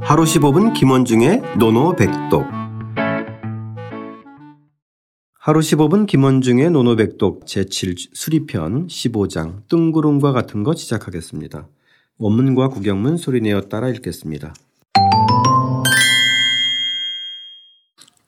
하루 15분 김원중의 노노백독 하루 15분 김원중의 노노백독 제7 수리편 15장 뜬구름과 같은 것 시작하겠습니다. 원문과 구경문 소리내어 따라 읽겠습니다.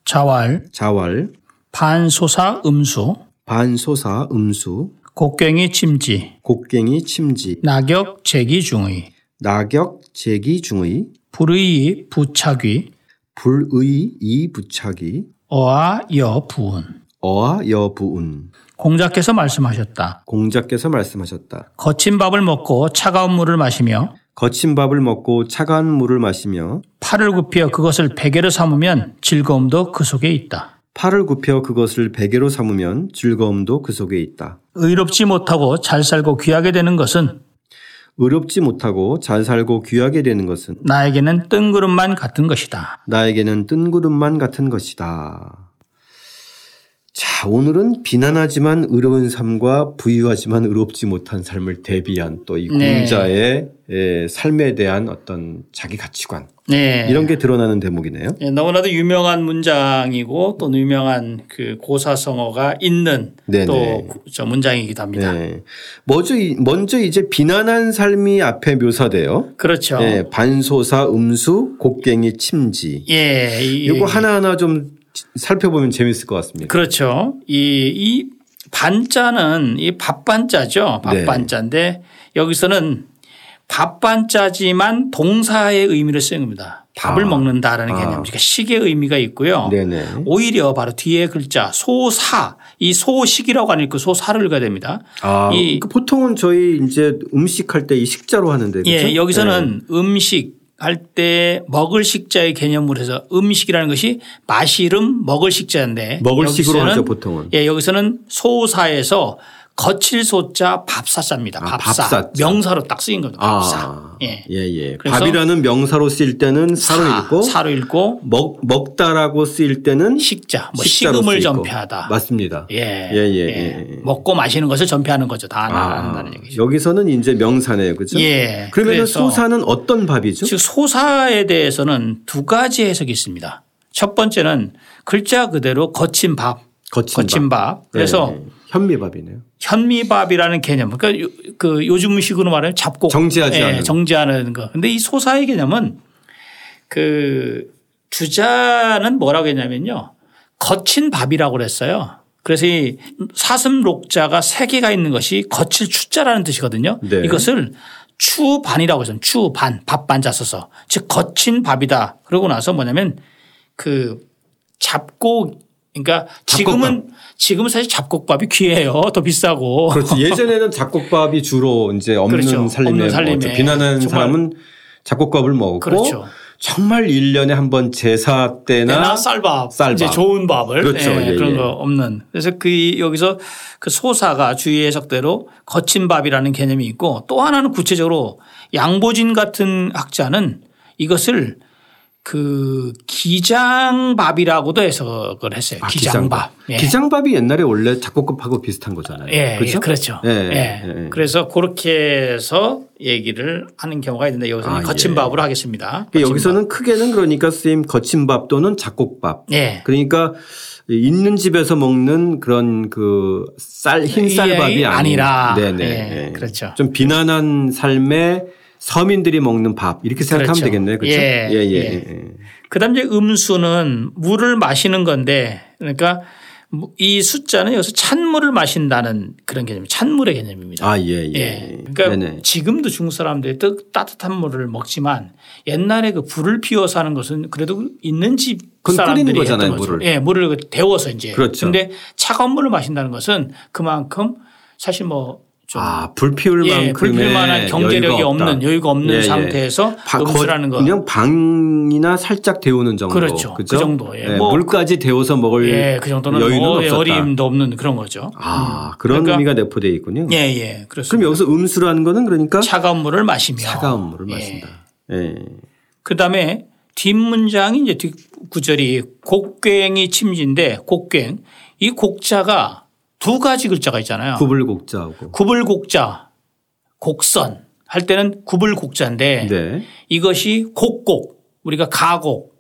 자왈, 자왈 반소사 음수, 반소사 음수 곡괭이 침지, 곡괭이 침지 낙엽 재기 중의, 낙역 재기 중의 불의 부착위, 불의 이 부착이 어아 여 부은. 어아 여부운 공자께서 말씀하셨다. 공자께서 말씀하셨다. 거친 밥을 먹고 차가운 물을 마시며 거친 밥을 먹고 차가운 물을 마시며 팔을 굽혀 그것을 베개로 삼으면 즐거움도 그 속에 있다. 팔을 굽혀 그것을 베개로 삼으면 즐거움도 그 속에 있다. 의롭지 못하고 잘 살고 귀하게 되는 것은 의롭지 못하고 잘 살고 귀하게 되는 것은 나에게는 뜬구름만 같은 것이다. 나에게는 뜬구름만 같은 것이다. 자, 오늘은 비난하지만 의로운 삶과 부유하지만 의롭지 못한 삶을 대비한 또 이 네. 공자의 예, 삶에 대한 어떤 자기 가치관 네. 이런 게 드러나는 대목이네요. 예, 너무나도 유명한 문장이고 또 유명한 그 고사성어가 있는 네네. 또 저 문장이기도 합니다. 네. 먼저, 이- 먼저 이제 비난한 삶이 앞에 묘사돼요. 그렇죠. 네, 반소사, 음수, 곡괭이, 침지. 예, 이, 이거 하나하나 좀 살펴보면 재밌을 것 같습니다. 그렇죠. 이, 이 반자는 이 밥반자죠. 네. 밥반자인데 여기서는 밥반자지만 동사의 의미를 쓰는 겁니다. 밥을 아. 먹는다라는 아. 개념이니까 그러니까 식의 의미가 있고요. 네네. 오히려 바로 뒤에 글자 소사 이 소식이라고 안 읽고 소사를 읽어야 됩니다. 아, 이- 그 보통은 저희 이제 음식할 때 이 식자로 하는데. 그렇죠? 예, 여기서는 음식 할 때 먹을 식자의 개념으로 해서 음식이라는 것이 마시름 먹을 식자인데 네. 먹을 식으로 여기서는- 하죠, 보통은. 예, 여기서는 소사에서 거칠 소자 밥사자입니다. 아, 밥사. 밥사자. 명사로 딱 쓰인 겁니다. 밥사. 아, 예. 예, 예. 그래서- 밥이라는 명사로 쓰일 때는 사로 사, 읽고, 사로 읽고 먹, 먹다라고 쓰일 때는 식자 뭐 식자로 식음을 쓰이고. 전폐하다. 맞습니다. 예. 예, 예, 예, 아. 예. 먹고 마시는 것을 전폐하는 거죠. 다 나간다는 얘기죠. 여기서는 이제 명사네요. 그죠? 예. 그러면 그래서 소사는 어떤 밥이죠? 즉 소사에 대해서는 두 가지 해석이 있습니다. 첫 번째는 글자 그대로 거친 밥, 거친, 거친 밥. 밥. 그래서 예, 예. 현미밥이네요. 현미밥이라는 개념, 그러니까 요, 그 요즘 식으로 말하면 잡곡 예, 정지하지 않는. 정지하는 거. 근데 이 소사의 개념은 그 주자는 뭐라고 했냐면요, 거친 밥이라고 그랬어요. 그래서 이 사슴 록자가 세 개가 있는 것이 거칠 추자라는 뜻이거든요. 네. 이것을 추반이라고 해서 추반 밥반자 써서 즉 거친 밥이다. 그러고 나서 뭐냐면 그 잡곡 그러니까 지금은 지금 사실 잡곡밥이 귀해요. 더 비싸고. 그렇지. 예전에는 잡곡밥이 주로 이제 없는 그렇죠. 살림에 없는 살림에. 먹었죠. 비난하는 정말. 사람은 잡곡밥을 먹었고 그렇죠. 정말 1년에 한 번 제사 때나 나 쌀밥, 쌀밥. 이제 좋은 밥을 그렇죠. 예, 예, 그런 예. 거 없는. 그래서 그 여기서 그 소사가 주의 해석대로 거친 밥이라는 개념이 있고 또 하나는 구체적으로 양보진 같은 학자는 이것을 그 기장밥이라고도 해석을 했어요. 아, 기장밥. 예. 기장밥이 옛날에 원래 잡곡밥하고 비슷한 거잖아요. 예, 그렇죠? 예, 그렇죠. 예, 예, 예, 예. 그래서 그렇게 해서 얘기를 하는 경우가 있는데 여기서는 아, 거친 예. 밥으로 하겠습니다. 그러니까 거친 여기서는 크게는 그러니까 쓰임 거친밥 또는 잡곡밥. 밥. 예. 그러니까 있는 집에서 먹는 그런 그 쌀, 흰쌀밥이 예, 아닌. 아니라. 네네. 예, 예. 그렇죠. 좀 비난한 삶에 서민들이 먹는 밥 이렇게 생각하면 그렇죠. 되겠네요. 그렇죠? 예, 예, 예, 예. 예. 그다음 이제 음수는 물을 마시는 건데 그러니까 이 숫자는 여기서 찬물을 마신다는 그런 개념, 찬물의 개념입니다. 아, 예, 예. 예. 그러니까 네네. 지금도 중국 사람들이 뜨, 따뜻한 물을 먹지만 옛날에 그 불을 피워서 하는 것은 그래도 있는 집 그건 사람들이 끓이는 거잖아요, 했던 거죠. 물을. 예, 물을 그 데워서 이제. 그렇죠. 근데 차가운 물을 마신다는 것은 그만큼 사실 뭐좀 아, 불피울 예, 만큼의 불필 만한 경제력이 여유가 없다. 없는 여유가 없는 예, 예. 상태에서 바- 거- 음수라는 거 그냥 방이나 살짝 데우는 정도. 네, 그렇죠. 그 정도. 예, 뭐- 물까지 데워서 먹을 예, 그 정도는 여유는 어, 없었다. 어림도 없는 그런 거죠. 아, 그런 그러니까- 의미가 내포되어 있군요. 예, 예. 그렇습니다. 그럼 여기서 음수라는 거는 그러니까 차가운 물을 마시며 차가운 물을 예. 마신다. 예. 그다음에 뒷문장이 이제 뒷구절이 곡괭이 침지인데 곡괭 이 곡자가 두 가지 글자가 있잖아요. 구불곡자하고. 구불곡자, 곡선 할 때는 구불곡자인데 네. 이것이 곡곡 우리가 가곡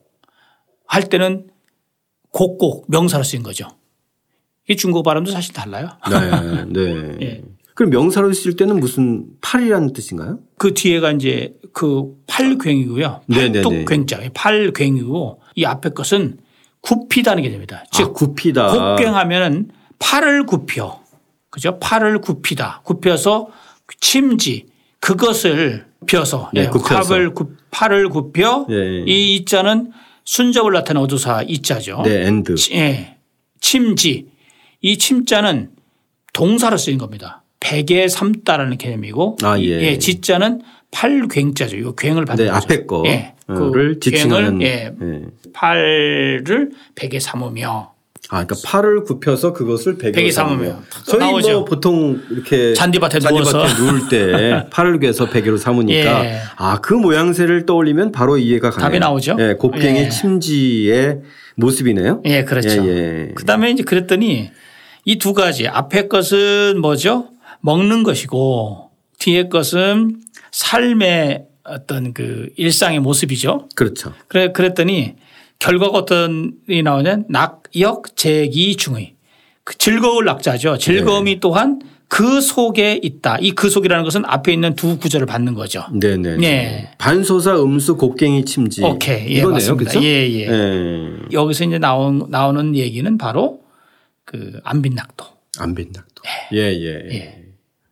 할 때는 곡곡 명사로 쓰인 거죠. 이게 중국어 발음도 사실 달라요. 네. 네. 예. 그럼 명사로 쓸 때는 무슨 팔이라는 뜻인가요? 아, 그 뒤에가 이제 그 팔괭이고요. 네네네. 팔뚝 괭자. 팔괭이고 이 앞에 것은 굽히다는 개념이다. 아, 즉 굽히다. 곡괭하면은 팔을 굽혀. 그죠? 팔을 굽히다. 굽혀서 침지 그것을 펴서 네, 굽혀서. 팔을 굽 팔을 굽혀 예. 이 이자는 순접을 나타낸 어조사 이자죠. 네, 엔드. 치- 예. 침지. 이 침자는 동사로 쓰인 겁니다. 백의 삼다라는 개념이고 아, 예. 지자는 팔괭자죠. 이 괭을 받는 네, 거죠. 앞에 거를 예. 그 지칭하는. 괭을, 예. 예. 팔을 백에 삼으며 아, 그러니까 팔을 굽혀서 그것을 베개로, 베개 삼으면 삼으면. 탁 저희 뭐 나오죠. 보통 이렇게 잔디밭에 누워서. 누울 때 팔을 괴서 베개로 삼으니까 예. 아 그 모양새를 떠올리면 바로 이해가 가네요. 답이 나오죠. 예, 곱갱이 예. 침지의 모습이네요. 예, 그렇죠. 예, 예. 그다음에 이제 그랬더니 이 두 가지 앞에 것은 뭐죠? 먹는 것이고 뒤에 것은 삶의 어떤 그 일상의 모습이죠. 그렇죠. 그래 그랬더니 결과가 어떤 이 나오냐 낙역 재기 중의 그 즐거울 낙자죠. 네. 즐거움이 또한 그 속에 있다. 이 그 속이라는 것은 앞에 있는 두 구절을 받는 거죠. 네네. 예. 반소사 음수 곡갱이 침지. 오케이. 예, 이거네요. 맞습니다. 그렇죠? 예, 예. 여기서 이제 나온 나오는 얘기는 바로 그 안빈낙도. 안빈닥도. 예, 예. 예.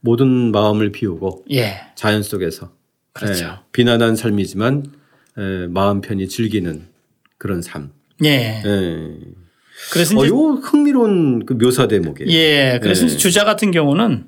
모든 마음을 비우고 예. 자연 속에서 그렇죠. 예, 비난한 삶이지만 예, 마음 편히 즐기는 그런 삶. 예. 예. 그래서 어, 이제 요 흥미로운 그 묘사 대목이에요. 예. 그래서 예. 이제 주자 같은 경우는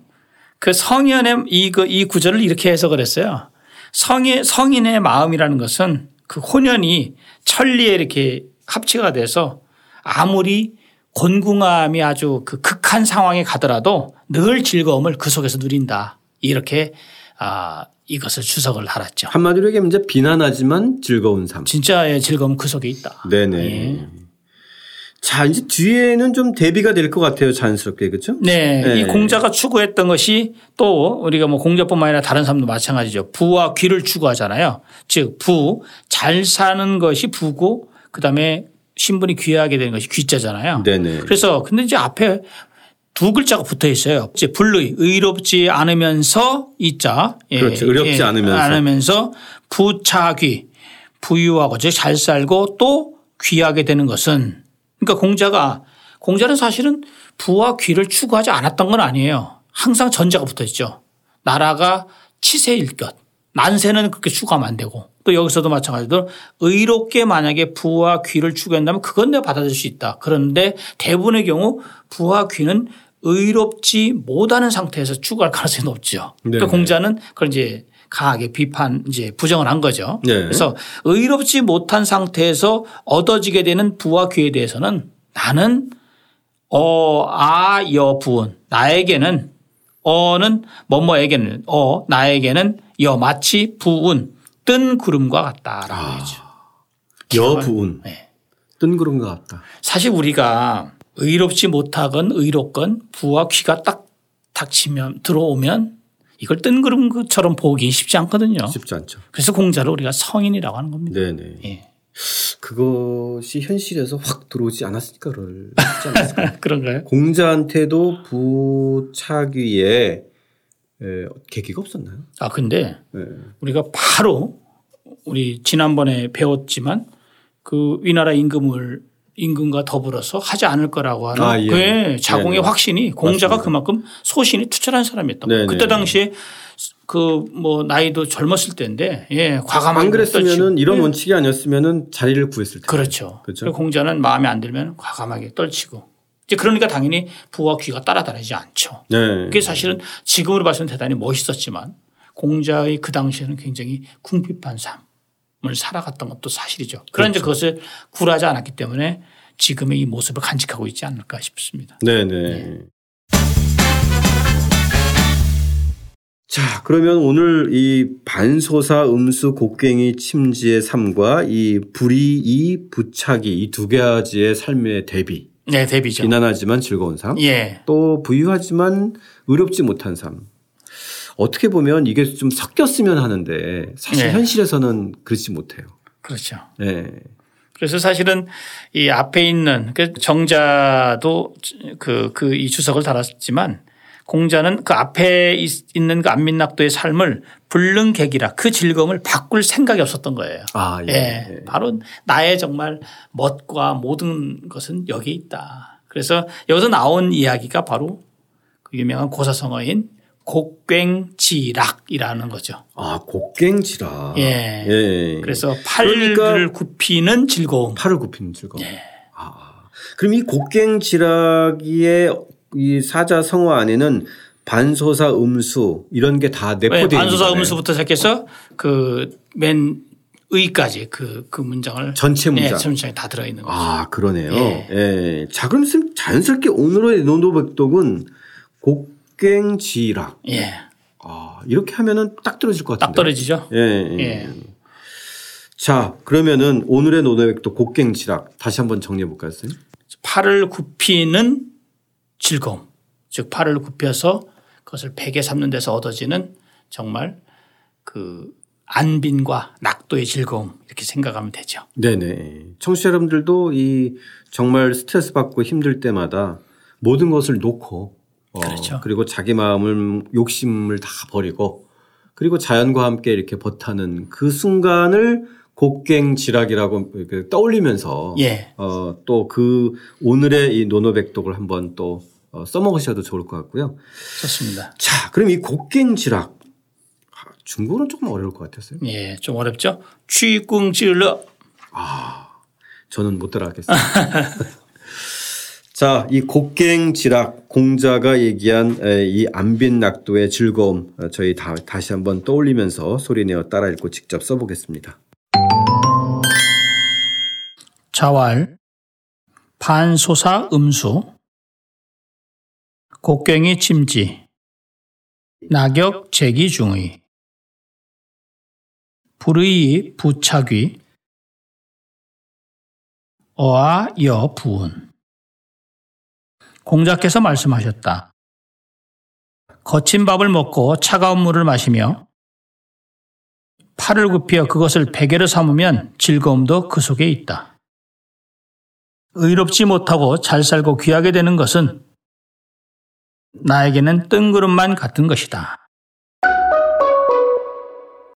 그 성현의 이, 그, 이 구절을 이렇게 해석을 했어요. 성의, 성인의 마음이라는 것은 그 혼연이 천리에 이렇게 합치가 돼서 아무리 곤궁함이 아주 그 극한 상황에 가더라도 늘 즐거움을 그 속에서 누린다. 이렇게 아, 이것을 주석을 달았죠. 한마디로 얘기하면 이제 비난하지만 즐거운 삶. 진짜의 즐거움 그 속에 있다. 네네. 예. 자, 이제 뒤에는 좀 대비가 될 것 같아요. 자연스럽게. 그렇죠? 네, 예. 이 공자가 추구했던 것이 또 우리가 뭐 공자뿐만 아니라 다른 사람도 마찬가지죠. 부와 귀를 추구하잖아요. 즉, 부, 잘 사는 것이 부고 그 다음에 신분이 귀하게 되는 것이 귀자잖아요. 네네. 그래서 근데 이제 앞에 두 글자가 붙어 있어요. 이제 불의, 의롭지 않으면서 이 자. 예. 아, 그렇죠. 의롭지 않으면서. 않으면서 부차귀, 부유하고 즉 잘 살고 또 귀하게 되는 것은 그러니까 공자가 공자는 사실은 부와 귀를 추구하지 않았던 건 아니에요. 항상 전제가 붙어 있죠. 나라가 치세일 것. 난세는 그렇게 추구하면 안 되고 또 여기서도 마찬가지로 의롭게 만약에 부와 귀를 추구한다면 그건 내가 받아들일 수 있다. 그런데 대부분의 경우 부와 귀는 의롭지 못하는 상태에서 추구할 가능성이 높죠. 네네. 그러니까 공자는 그걸 이제 강하게 비판 이제 부정을 한 거죠. 네. 그래서 의롭지 못한 상태에서 얻어지게 되는 부와 귀에 대해서는 나는 어, 아, 여, 부은. 나에게는, 어는, 뭐뭐에게는, 어, 나에게는, 여, 마치 부은, 뜬 구름과 같다라고 하죠. 여부운. 네. 뜬 그런 것 같다. 사실 우리가 의롭지 못하건 의롭건 부와 귀가 딱 닥치면, 들어오면 이걸 뜬 구름처럼 보기 쉽지 않거든요. 쉽지 않죠. 그래서 공자를 우리가 성인이라고 하는 겁니다. 네네. 예. 그것이 현실에서 확 들어오지 않았을까를 하지 않았을까. 그런가요? 공자한테도 부차귀에 에, 계기가 없었나요? 아, 근데 예. 우리가 바로 우리 지난번에 배웠지만 그 위나라 임금을 임금과 더불어서 하지 않을 거라고 하는 아, 예. 그의 자공의 네네. 확신이 공자가 맞습니다. 그만큼 소신이 투철한 사람이었던 거예요. 네네. 그때 당시에 그 뭐 나이도 젊었을 때인데 예, 과감하게 안 떨치고. 그랬으면은 이런 예. 원칙이 아니었으면은 자리를 구했을 텐데. 그렇죠. 그렇죠? 그래서 공자는 마음에 안 들면 과감하게 떨치고 이제 그러니까 당연히 부와 귀가 따라다니지 않죠. 네. 그게 사실은 지금으로 봐서는 대단히 멋있었지만 공자의 그 당시에는 굉장히 궁핍한 삶을 살아갔던 것도 사실이죠. 그런데 그것을 굴하지 않았기 때문에 지금의 이 모습을 간직하고 있지 않을까 싶습니다. 네네. 자, 그러면 오늘 이 반소사 음수 곡괭이 침지의 삶과 이 불이이 부차기 이 두 가지의 삶의 대비. 네, 대비죠. 비난하지만 즐거운 삶. 예. 또 부유하지만 의롭지 못한 삶. 어떻게 보면 이게 좀 섞였으면 하는데 사실 네. 현실에서는 그렇지 못해요. 그렇죠. 예. 그래서 사실은 이 앞에 있는 그 정자도 그 그 이 주석을 달았지만 공자는 그 앞에 있- 있는 그 안민낙도의 삶을 불능객이라 그 즐거움을 바꿀 생각이 없었던 거예요. 아, 예. 예. 바로 나의 정말 멋과 모든 것은 여기 있다. 그래서 여기서 나온 이야기가 바로 그 유명한 고사성어인 곡괭지락이라는 거죠. 아, 곡괭지라. 예. 예. 그래서 팔을 그러니까- 굽히는 즐거움. 팔을 굽히는 즐거움. 예. 아. 그럼 이 곡괭지라기의 이 사자 성어 안에는 반소사 음수 이런 게 다 예. 내포되어 네, 있는 반소사 거네요. 음수부터 시작해서 그 맨 의까지 그, 그 문장을 전체 문장. 예, 문장이 다 들어있는 거죠. 아, 그러네요. 예. 예. 자, 그럼 선생님 자연스럽게 오늘의 논도백독은 곡괭지락. 예. 아, 이렇게 하면은 딱 떨어질 것 딱 같은데. 떨어지죠. 예. 예. 자, 그러면은 오늘의 논도백독 곡괭지락 다시 한번 정리해 볼까요, 선생님? 팔을 굽히는 즐거움. 즉 팔을 굽혀서 그것을 베개 삼는 데서 얻어지는 정말 그 안빈과 낙도의 즐거움 이렇게 생각하면 되죠. 네네. 청취자 여러분들도 이 정말 스트레스 받고 힘들 때마다 모든 것을 놓고 어, 그렇죠. 그리고 자기 마음을 욕심을 다 버리고 그리고 자연과 함께 이렇게 버타는 그 순간을 곡괭지락이라고 이렇게 떠올리면서 예. 어, 또 그 오늘의 이 노노백독을 한번 또 어, 써먹으셔도 좋을 것 같고요. 좋습니다. 자, 그럼 이 곡괭지락 아, 중국어는 조금 어려울 것 같았어요. 예. 좀 어렵죠? 취궁 찌르러 저는 못 따라하겠습니다. 자, 이 곡괭지락 공자가 얘기한 에, 이 안빈낙도의 즐거움 어, 저희 다, 다시 한번 떠올리면서 소리내어 따라 읽고 직접 써보겠습니다. 자왈, 반소사 음수, 곡괭이 침지, 낙엽 제기 중의, 불의 부착위, 어아 여 부운. 공자께서 말씀하셨다. 거친 밥을 먹고 차가운 물을 마시며 팔을 굽혀 그것을 베개로 삼으면 즐거움도 그 속에 있다. 의롭지 못하고 잘 살고 귀하게 되는 것은 나에게는 뜬구름만 같은 것이다.